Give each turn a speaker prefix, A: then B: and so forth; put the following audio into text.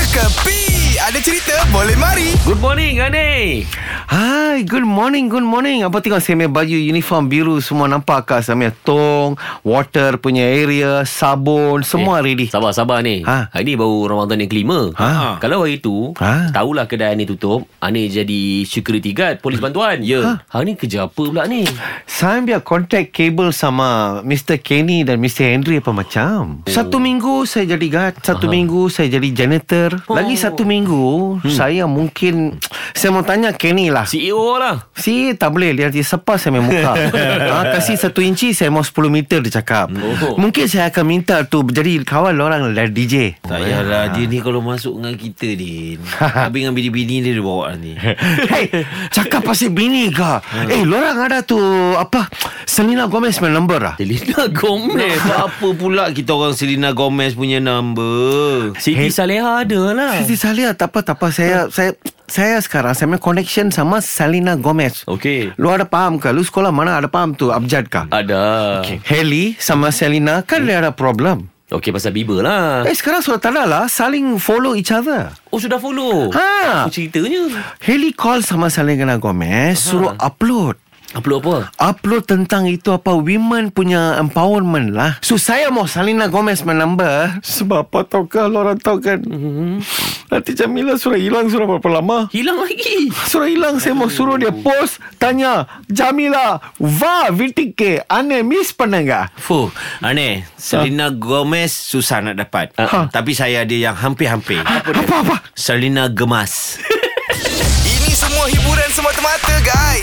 A: Kepi Ada cerita boleh mari
B: Good morning, Ani.
C: Hai, good morning, good morning. Apa tengok saya punya baju uniform biru semua nampak kak. Saya punya tong, water punya area, sabun, semua eh, ready.
B: Sabar, sabar ni. Ha?
C: Ha.
B: Hari ni baru orang tahun yang kelima.
C: Ha.
B: Kalau hari tu, ha?
C: Ha.
B: tahulah kedai Ani tutup, Ani jadi security guard, polis bantuan. Ya. Ha? Hari ni kerja apa pula ni?
C: Saya punya contact kabel sama Mr. Kenny dan Mr. Henry apa macam. Satu minggu saya jadi guard, satu minggu saya jadi janitor. Lagi satu minggu, saya mungkin... Saya mau tanya Kenny lah. Hmm. Si
B: CEO lah.
C: Si tak boleh Dia nanti sepas saya main muka ha, Kasih satu inci Saya mau 10 meter Dia cakap
B: Oh.
C: oh. Mungkin saya akan minta tu Jadi kawan orang lah DJ
D: Tak payahlah Dia ni kalau masuk dengan kita Din Habis dengan bini-bini dia Dia bawa ni
C: Hey, cakap pasal bini ke? Eh, lorang ada tu apa? Selena Gomez main number ah.
B: Delina Gomez.
D: Apa pula kita orang Selena Gomez punya number
B: Siti hey. Saleha ada lah.
C: Siti Salia tak apa tak apa saya saya saya sekarang saya main connection sama Selena Gomez.
B: Okey.
C: Lu ada faham ke? Lu sekolah mana ada faham tu Abjad ke?
B: Ada. Okey,
C: Okay. Haley sama Selena kan dia ada problem.
B: okay, pasal Bieber lah.
C: Eh sekarang sudah tak ada lah saling follow each other.
B: Oh, sudah follow.
C: Ha.
B: Apa ceritanya?
C: Haley call sama Selena Gomez suruh upload.
B: Upload apa?
C: Upload tentang itu apa Women punya empowerment lah So saya mau Salina Gomez menambah Sebab apa tau kan Lorang tau kan mm-hmm. Nanti Jamila suruh hilang Suruh berapa lama
B: Hilang lagi.
C: Suruh hilang Saya mau suruh dia post Tanya Jamila Wah VTK Ane miss penengah
D: Fuh Aneh Selena Gomez Susah nak dapat
C: Ha.
D: Tapi saya ada yang hampir-hampir
C: Apa-apa
D: Selena Gemas
A: Ini semua hiburan semata-mata guys